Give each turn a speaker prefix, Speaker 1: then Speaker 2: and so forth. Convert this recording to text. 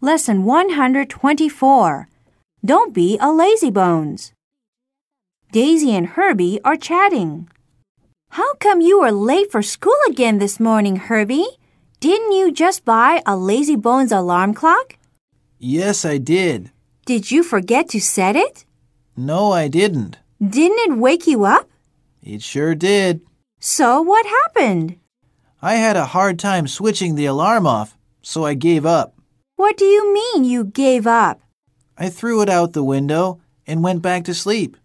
Speaker 1: Lesson 124 Don't be a lazybones. Daisy and Herbie are chatting. How come you were late for school again this morning, Herbie? Didn't you just buy a lazybones alarm clock?
Speaker 2: Yes, I did.
Speaker 1: Did you forget to set it?
Speaker 2: No, I didn't.
Speaker 1: Didn't it wake you up?
Speaker 2: It sure did.
Speaker 1: So what happened?
Speaker 2: I had a hard time switching the alarm off, so I gave up.
Speaker 1: What do you mean you gave up?
Speaker 2: I threw it out the window and went back to sleep.